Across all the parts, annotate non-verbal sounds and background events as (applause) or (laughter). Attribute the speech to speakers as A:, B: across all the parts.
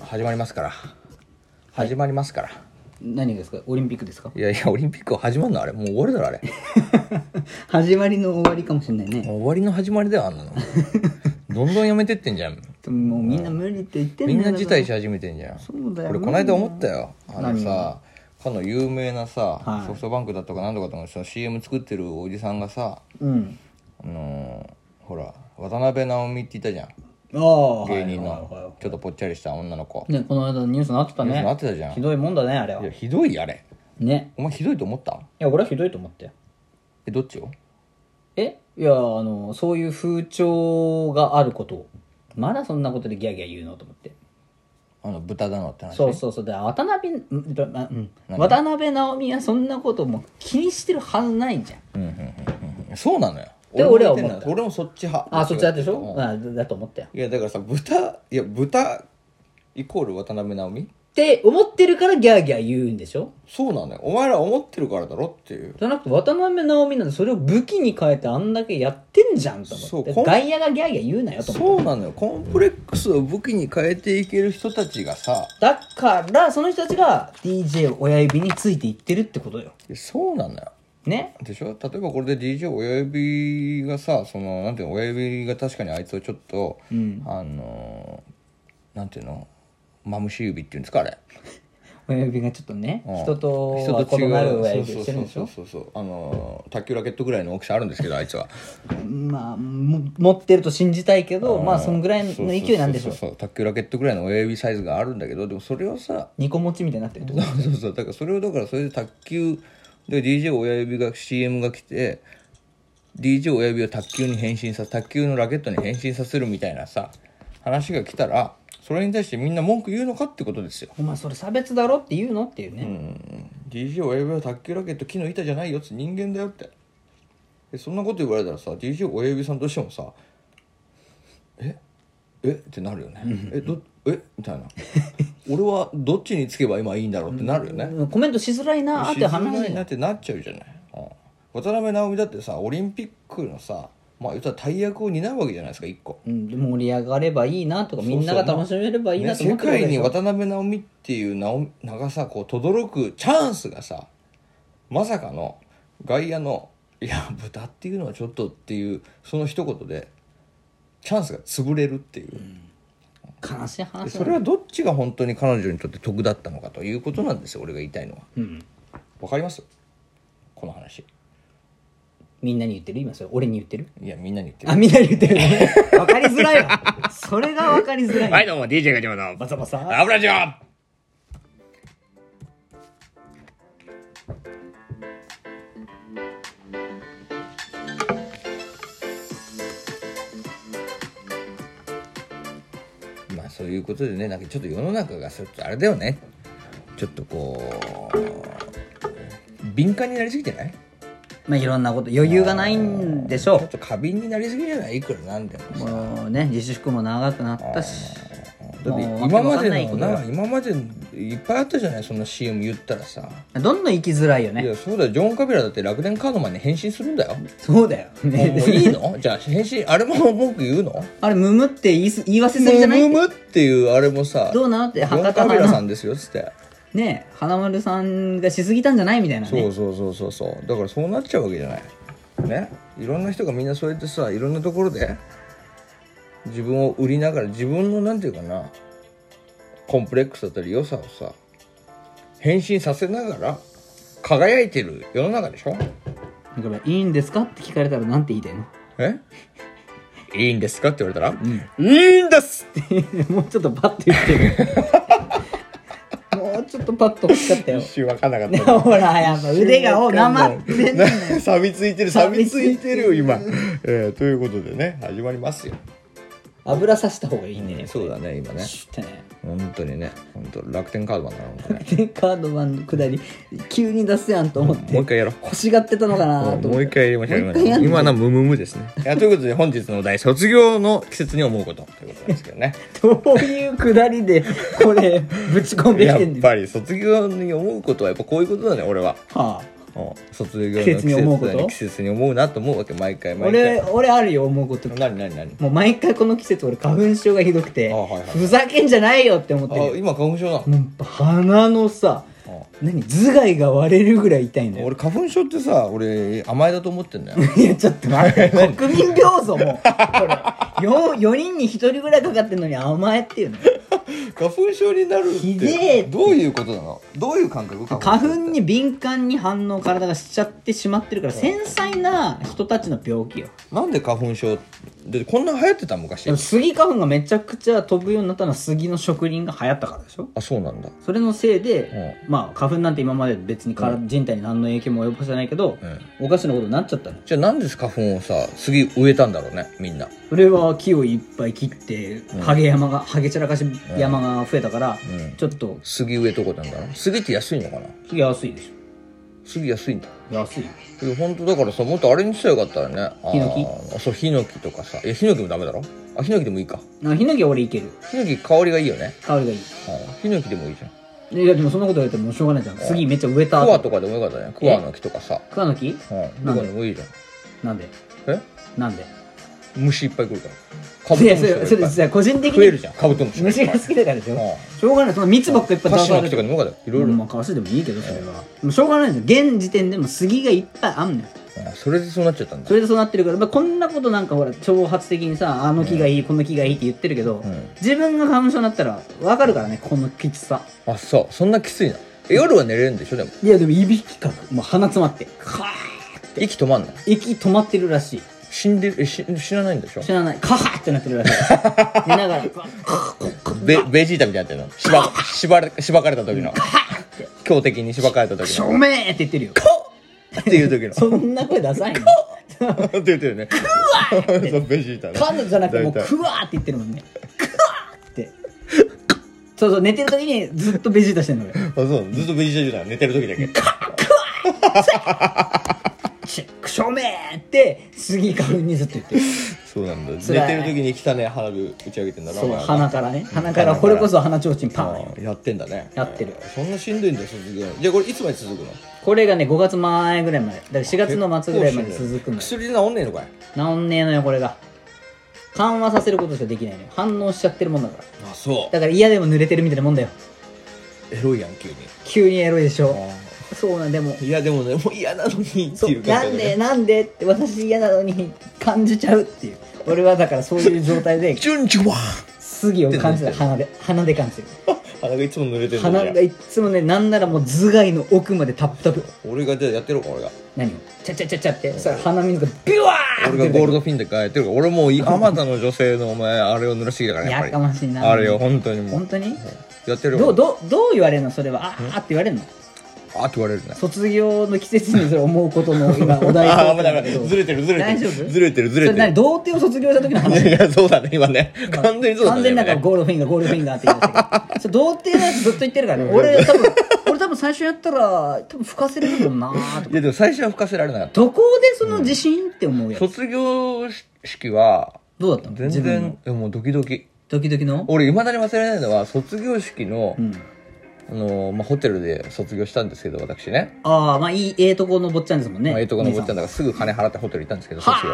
A: 始まりますから始まりますから、
B: 何がですかオリンピックですか (laughs)
A: い、やいやオリンピックは始まるのあれもう終わりだろあれ
B: 始まりの終わりかもしれないね
A: もう終わりの始まりだよあん
B: (laughs)
A: なのどんどんやめてってんじゃん
B: もうみんな無理って言ってんだ
A: み
B: よ
A: んな辞退し始めてんじゃん
B: そうだよ
A: 俺この間思ったよあのさかの有名なさ、
B: はい
A: ソフトバンクだとかなんとかとかのその CM 作ってるおじさんがさ
B: うん
A: あのーほら渡辺直美っていたじゃん芸
B: ああ
A: 人
B: はいはいはい
A: のちょっとぽっちゃりした女の子
B: ねこの間ニュースになってた
A: ニュース
B: ね
A: になってたじゃん
B: ひどいもんだねあれはい
A: やひどいあれ
B: ね
A: お前ひどいと思った
B: いや俺はひどいと思って
A: えどっちを
B: えいやあのそういう風潮があることをまだそんなことでギャーギャー言うのと思って
A: あの豚だのって話
B: そうそうそうで渡辺んあうん
A: 何
B: 渡辺直美はそんなこともう気にしてるはずないんじゃん
A: そうなのよ
B: で
A: も
B: 俺は
A: 言
B: 思
A: っ
B: って
A: んだよ
B: た
A: 俺もそっち派
B: あそっちだってでし
A: う
B: ょ
A: ん
B: あだだと思ったよ
A: いやだからさ豚いや豚イコール渡辺直美
B: って思ってるからギャーギャー言うんでしょ
A: そうなのよお前ら思ってるからだろっていう
B: じゃなくて渡辺直美なんてそれを武器に変えてあんだけやってんじゃんと
A: そ
B: 思
A: う
B: って
A: こん
B: 外野がギャーギャー言うなよと思っ
A: そ
B: て
A: うなのよコンプレックスを武器に変えていける人たちがさ
B: だからその人たちが DJ 親指についていってるってことよ
A: そうなのよ
B: ね
A: でしょ例えばこれで DJ 親指がさそのなんていうの親指が確かにあいつをちょっと、あのーなんていうのマムシ指っていうんですかあれ
B: 親指がちょっとね、
A: うん
B: 人と
A: 人
B: は
A: と
B: 異
A: 違う
B: なる親指をしてるんでしょ
A: そうそうそうそうそうあのー卓球ラケットぐらいの大きさあるんですけどあいつは
B: まあも持ってると信じたいけどまあそんぐらいの
A: そうそう
B: 勢いなんでしょ
A: そうそうそう卓球ラケットぐらいの親指サイズがあるんだけどでもそれをさ (laughs)
B: 二個持ちみたいになってるってこ
A: そうそうそうだからそれをだからそれで卓球で DJ 親指が CM が来て DJ 親指を卓球に変身さ卓球のラケットに変身させるみたいなさ話が来たらそれに対してみんな文句言うのかってことですよ、
B: とお前それ差別だろって言うのっていうね、
A: うん、DJ 親指は卓球ラケット木の板じゃないよって人間だよってでそんなこと言われたらさ DJ 親指さんとしてもさええってなるよねえどえみ (laughs) たいな俺はどっちにつけば今いいんだろうってなるよね、
B: コメントしづらいなーって話
A: しづらいなってなっちゃうじゃない、うん渡辺直美だってさオリンピックのさまあ言ったら大役を担うわけじゃないですか一個
B: うん、で盛り上がればいいなとかみんなが楽しめればいいなと思
A: ね
B: っ
A: 世
B: てるわ
A: 界
B: けで
A: に
B: しょ
A: 渡辺直美っていう名名がさこう轟くチャンスがさまさかの外野のいや豚っていうのはちょっとっていうその一言でチャンスが潰れるっていう、
B: 悲しい
A: で
B: 話
A: それはどっちが本当に彼女にとって得だったのかということなんですよ俺が言いたいのは
B: うん、
A: わかりますこの話
B: みんなに言ってる今それ俺に言ってる
A: いやみんなに言ってる
B: あみんなに言ってる (laughs) ねわかりづらいわそれがわかりづらい、
A: はい、どうも、DJ ガチャマの
B: バサバサ
A: ラブラジオまあ、そういうことでね、なんかちょっと世の中がちょっとあれだよね。ちょっとこう、敏感になりすぎてない
B: まあいろんなこと余裕がないんでしょ
A: ちょっと過敏になりすぎじゃないいくらなんでも
B: うもうね自粛も長くなったし
A: だって
B: もう
A: 今ま
B: わけわかんない
A: での
B: ことが
A: な今までのいっぱいあったじゃないその CM 言ったらさ
B: どんどん生きづらいよ
A: い
B: ね
A: やそうだよジョン・カビラだって楽天カードマンに変身するんだよも
B: そうだよ
A: う
B: ね
A: もういいの (laughs) じゃあ変身あれも文句言うのも
B: あれムムって言いす言い忘れすぎじゃない
A: ムムっていうあれもさジ
B: どうなのって
A: ョン・
B: 博
A: カ
B: 多
A: ビラさ
B: の
A: んですよっつって
B: ね花丸さんがしすぎたんじゃないみたいな
A: そ
B: ね
A: うそうそうそうそうだからそうなっちゃうわけじゃないねいろんな人がみんなそうやってさいろんなところで自分を売りながら自分のなんていうかなコンプレックスだったり良さをさ変身させながら輝いてる世の中でしょ
B: だからいいんですかって聞かれたらなんて言いたいの
A: えいいんですかって言われたら、いいんですって
B: (laughs) もうちょっとパッと言って
A: (laughs)
B: るもうちょっとパッと欲しかったよ
A: 一瞬分かんなかった
B: (laughs) ほらやっぱ腕がおなまってんね
A: (laughs)
B: ん
A: な錆びついてる錆びついてるよ今、
B: 錆
A: えーということでね始まりますよ
B: 油さした方がいいね
A: そうだね今ね
B: シュッてね
A: 本当にね本当楽天カードマンだな本当に
B: でカードマンの下り急に出すやんと思って
A: (laughs) もう一回やろう
B: 欲しがってたのかなと
A: も
B: 思
A: う
B: っ
A: 一
B: て
A: 回やりましょう
B: もう一回やんの
A: 今のはムムムです (laughs) ねいやということで本日のお題卒業の季節に思うことということなんですけど (laughs) ね
B: どういう下りでこれぶち込んでき
A: やって
B: んねん
A: ぱり卒業に思うことはやっぱこういうことだね俺は
B: はあ
A: うん卒業の
B: 季
A: 季
B: 節に思う
A: 節
B: こ
A: だ
B: と
A: ね季節に思うなと思うわけ毎回毎
B: 俺
A: 回
B: 俺あるよ思うこと
A: 何何何
B: もう毎回この季節俺花粉症がひどくて、
A: あはいはい
B: ふざけんじゃないよって思って
A: あ
B: るよ
A: 今花粉症なの
B: もう鼻のさ
A: あ
B: 何頭蓋が割れるぐらい痛いんだよ
A: 俺花粉症ってさ俺甘えだと思ってんだよ
B: いやちょっと待って国民病ぞもうこれ 4, 4人に1人ぐらいかかってるのに甘えっていうの
A: (laughs) 花粉症になるって
B: ひでえって
A: どういうことなのどういう感覚
B: 花粉
A: 症って
B: に敏感に反応を体がしちゃってしまってるから繊細な人たちの病気よ
A: なんで花粉症でこんな流行ってた昔
B: でもスギ花粉がめちゃくちゃ飛ぶようになったのはスギの植林が流行ったからでしょ
A: あそうなんだ
B: それのせいで、まあ花粉なんて今まで別に体、人体に何の影響も及ぼしてないけど、おかしなことになっちゃったの
A: じゃあなんで花粉をさ杉植えたんだろうねみんな
B: それは木をいっぱい切って、ハゲ山がハゲ散らかし山が増えたから、ちょっと
A: 杉植えとこなんだな杉って安いのかな
B: 安いでし
A: 杉安いんだ
B: ょ安い
A: いや本当だからさもっとあれにしたらよかったよねあー
B: ヒノ
A: あそうヒノキとかさいやヒノキもダメだろあヒノキでもいいか
B: なヒノキは俺いける
A: ヒノキ香りがいいよね
B: 香りがいい
A: あヒノキでもいいじゃん
B: いやでもそんなこと言われてもうしょうがないじゃん次めっちゃ植えた
A: クワ
B: 後
A: とかでもよかったねクワの木とかさ
B: 桑の木
A: うん
B: な
A: と
B: んで
A: かでもいいじゃん
B: なんで
A: え
B: なんで
A: 虫いっぱい来るからカ
B: い
A: ブト
B: や
A: ム
B: そ
A: シとかいっぱ
B: れそれ
A: い
B: じゃあ個人的
A: 増える
B: に
A: じゃんカブトムシ
B: 虫が好きだからでしょしょうがないその蜜ばっかいっぱい
A: カ
B: 出
A: シ
B: さ
A: の
B: れ
A: 木
B: て
A: とかでもよかったよいろいろ、
B: まあかわしでもいいけどそれはもうしょうがないじゃん現時点でも杉がいっぱいあんのよ
A: うんそれでそうなっちゃったんだ
B: それでそうなってるから、まあ、こんなことなんかほら挑発的にさあの木がいい、この木がいいって言ってるけど、
A: ん
B: 自分が花粉症になったら分かるからねこのきつさ
A: あそうそんなきついなえ夜は寝れるんでしょでも
B: いやでもいびきかくもう鼻詰まってカー
A: 息止まんない
B: 息止まってるらしい
A: 死んでるえし死なないんでしょ
B: 知らないカーってなってる (laughs) らしい寝ながらカー
A: ベベジータみたいになってるの縛縛られ縛かれた時の強敵に縛かれた時
B: 照 (laughs)
A: の
B: 明って言ってるよ
A: っていう時の
B: そんな声出さないの
A: (laughs) って言ってるね (laughs) そうベジータね
B: カーじゃなくてもう
A: 大体
B: クワーって言ってるもんねクワーってそうそう寝てる時にずっとベジータしてんのよ
A: あそうずっとベジータじゃない寝てる時だけ
B: チェック照明って杉花粉にずっと言ってる
A: そうなんだ寝
B: 辛い
A: てる時に汚ね花火打ち上げてんだなお
B: そう
A: 前は
B: 鼻からね鼻からこれこそ鼻ちょうちんパンよ
A: あやってんだね
B: やってる
A: そんなしんどいんだ卒業じゃあこれいつまで続くの
B: これがね5月前ぐらいまでだから4月の末ぐらいまで続くのよ
A: 薬で治んねえのかい
B: 治んねえのよこれが緩和させることしかできないのよ反応しちゃってるもんだから
A: あそ
B: だから嫌でも濡れてるみたいなもんだよ
A: うエロいやん急に
B: 急にエロいでしょそうなんでも
A: いやでもねもう嫌なのにって
B: そう
A: いう
B: な
A: 感じ
B: ん
A: だ
B: で
A: ね
B: なんでって私嫌なのに感じちゃうっていう俺はだからそういう状態で
A: 順次は
B: 杉を感じた鼻で鼻で感じる
A: 鼻がいつも濡れてるん
B: 鼻
A: だ
B: がいっつもねなんならもう頭蓋の奥までタプタプ
A: 俺がじゃあやってるか俺が
B: 何をちゃちゃちゃちゃってさ鼻水がビュワーって
A: 俺がゴール
B: ド
A: ドフィンで変えてるから俺もういあまたの女性のお前あれを濡らしてきたからねやっぱ
B: やか
A: り
B: ましいな
A: あれよ本当にも
B: 本
A: う
B: 当に
A: やってる
B: どう
A: よ
B: どうどう言われるのそれはあーって言われるの
A: あって言われるね
B: 卒業の季節にそれ思うことの今お
A: (laughs)
B: 題
A: ああー危
B: トーク
A: ない
B: だ
A: 危
B: け
A: な
B: ど
A: いずれてるずれて
B: 大
A: る
B: 丈夫
A: ずれてるず
B: そ
A: れ
B: れ何
A: て
B: 童貞を卒業した時の話
A: るいやそうだね今ね (laughs) 完全にそうだね
B: 完全になんか
A: 今ね
B: ゴールドフィンガーゴールドフィンガーって言いましたけどそれ童貞のやつずっと言ってるからね俺多分俺多分最初やったら多分吹かせれるもんなーと
A: いやでも最初は吹かせられなかった
B: どこでその自信って思うやつ、
A: 卒業式は
B: どうだったの
A: 全
B: 自分の
A: 然もうドキドキ
B: 時々の
A: 俺いまだに忘れないのは卒業式の、
B: うん
A: あのーまあ、ホテルで卒業したんですけど私ね、
B: ああまあいいええとこの坊っちゃんですもんね
A: まあ、ええとこの坊ちゃんだ
B: だ
A: からすぐ金払ってホテル行ったんですけど
B: は
A: 卒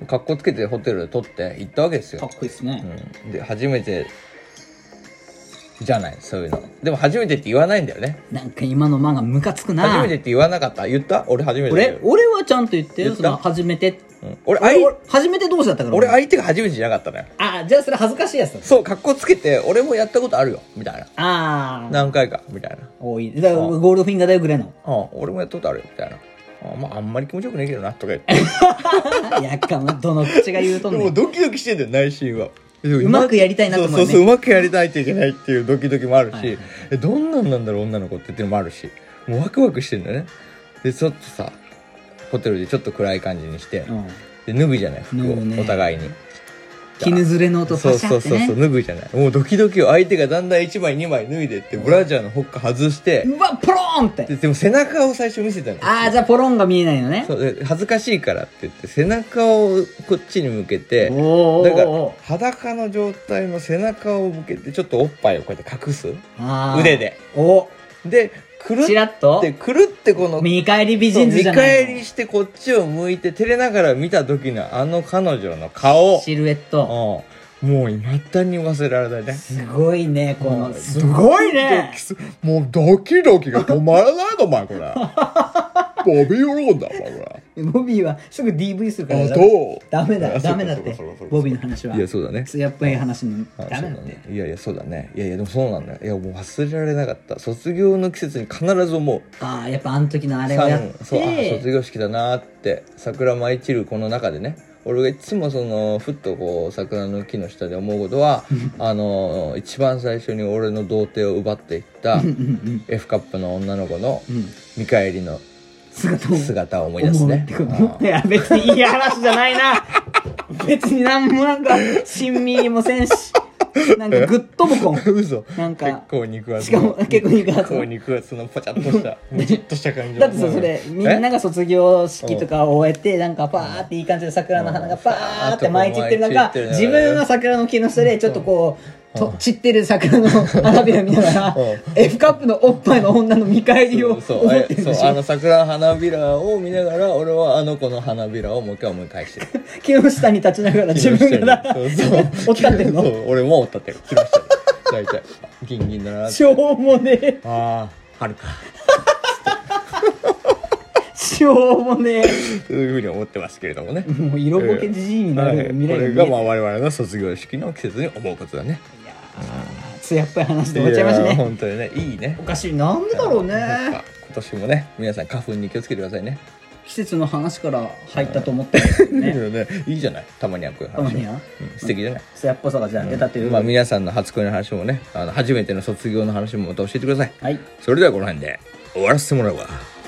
A: 業かっこつけてホテルで取って行ったわけですよ
B: かっこいいですね、
A: うんで初めてじゃないそういうのでも初めてって言わないんだよね
B: なんか今の間がムカつくな
A: 初めてって言わなかった言った俺初めてだ
B: 俺
A: よ、
B: 俺はちゃんと言ってよ
A: 言っ
B: そ
A: た
B: の初めて
A: うん俺あい
B: 俺俺初めて同士だったから
A: 俺相手が初めてじゃなかったのよ
B: あじゃあそれ恥ずかしいやつだ
A: そう格好つけて俺もやったことあるよみたいな
B: ああ
A: 何回かみたいな
B: 多いだからゴールドフィンガーだよぐらいの
A: あ俺もやったことあるよみたいなあまああんまり気持ちよくねえけどなとか言って
B: (laughs) やっかまどの口が言うとん
A: で
B: ね
A: も
B: ん
A: ドキドキしてんだよ内心はう
B: まくやりたいなと思う
A: そ
B: よね
A: うそうそううまくやりたいといけないっていうドキドキもあるし、えどんなんなんだろう女の子ってっていうのもあるしもうワクワクしてんだよねでちょっとさホテルでちょっと暗い感じにして、
B: うん
A: で脱ぐじゃない服
B: 脱
A: を、
B: ぐね
A: お互いに
B: 絹ずれの音
A: そ
B: さ
A: う
B: し
A: そ
B: ゃ
A: う
B: って
A: そう
B: ね
A: そう脱ぐじゃないもうドキドキを相手がだんだん1枚2枚脱いでってブラジャーのホッカ外して、
B: うわポローンって
A: ででも背中を最初見せたの
B: ああじゃあポロンが見えないのね
A: そうで恥ずかしいからって言って背中をこっちに向けて
B: おー
A: だか
B: おーお
A: ら裸の状態の背中を向けてちょっとおっぱいをこうやって隠す
B: あー
A: 腕で
B: お
A: で狂っ
B: チラッと
A: て狂ってこの
B: 見返り美
A: そう
B: 人図
A: 見
B: じゃない
A: 返
B: の
A: りしてこっちを向いて照れながら見た時のあの彼女の顔
B: シルエット
A: うんもう今だに忘れられないね
B: すごいね
A: う
B: この
A: ん
B: すごいね
A: もうドキドキが止まらないのお前
B: (laughs)
A: これボビー・ローンだお前こ
B: ボビーはすぐ DV するから
A: れあ
B: だ
A: どう
B: ダメ
A: あ
B: だ
A: そう
B: ダ
A: か
B: メだって
A: そうかそうかそうか
B: ボビーの話はい
A: やそうだね
B: 艶っぽい話に
A: あ
B: ダメだっ
A: そう
B: て
A: ねいやいやそうだねいやいやでもそうなんだよいやもう忘れられなかった卒業の季節に必ず思う
B: ああやっぱあの時のあれをやっ
A: 三そうあ卒
B: て
A: 業式だなーって桜舞い散るこの中でね俺がいつもそのふっとこう桜の木の下で思うことはあの一番最初に俺の童貞を奪っていった F カップの女の子の見返りの
B: 姿を
A: 姿を思い出すね
B: 思うってこといや別にいい話じゃな
A: (laughs)
B: いな別になんもなんか親身もせんしなんかグッともこん
A: 嘘
B: なんか
A: 結構肉厚
B: しかも結構肉厚
A: 結構肉厚のパチャッと
B: (laughs)
A: したムチッとした感じ
B: だってさそれみんな
A: が
B: が卒業式とかを終えてなんかパーっていい感じで桜の花がパーって舞い散ってる中
A: うん
B: 自分は桜の木の下でちょっとこうと散ってる桜の花びら見ながら
A: うん
B: F カップのおっぱいの女の見返りを思
A: そう
B: ってる
A: そ
B: んで
A: う
B: し
A: あの
B: ょ
A: 桜花びらを見ながら俺はあの子の花びらをもう一回思い返してる
B: 木の下に立ちながら (laughs) 自分がな
A: そうそう
B: 追っ立ってる
A: そ
B: の
A: う俺も追っ立ってる木下で大体ギンギンだなって
B: しょうもねえ
A: ああ春か
B: しょうもね
A: というふうに思ってますけれどもね
B: え。もう色ぼけじじいにな
A: は
B: る
A: い、こ
B: 未来
A: れ
B: 見え
A: が
B: て
A: まあ我々の卒業式の季節に思うことだね。
B: いやー艶っぽい話で終わっちゃいました
A: いや
B: ね
A: 本当にね、いいね
B: お。かしいなんでだろう
A: なん
B: ね
A: か今年もね、皆さん花粉に気をつけてくださいね。
B: 季節の話から入ったと思ったんで
A: (laughs)
B: すけど
A: いい
B: ね
A: よね、いいじゃない。たまにはこういう話
B: た
A: も。
B: まには
A: うん素敵じゃない。
B: 艶っぽさがじゃあ出たという
A: まあ
B: ことで
A: 皆さんの初恋の話もね、あの初めての卒業の話もまた教えてください。
B: はい
A: それではこの辺で終わらせてもらうわ。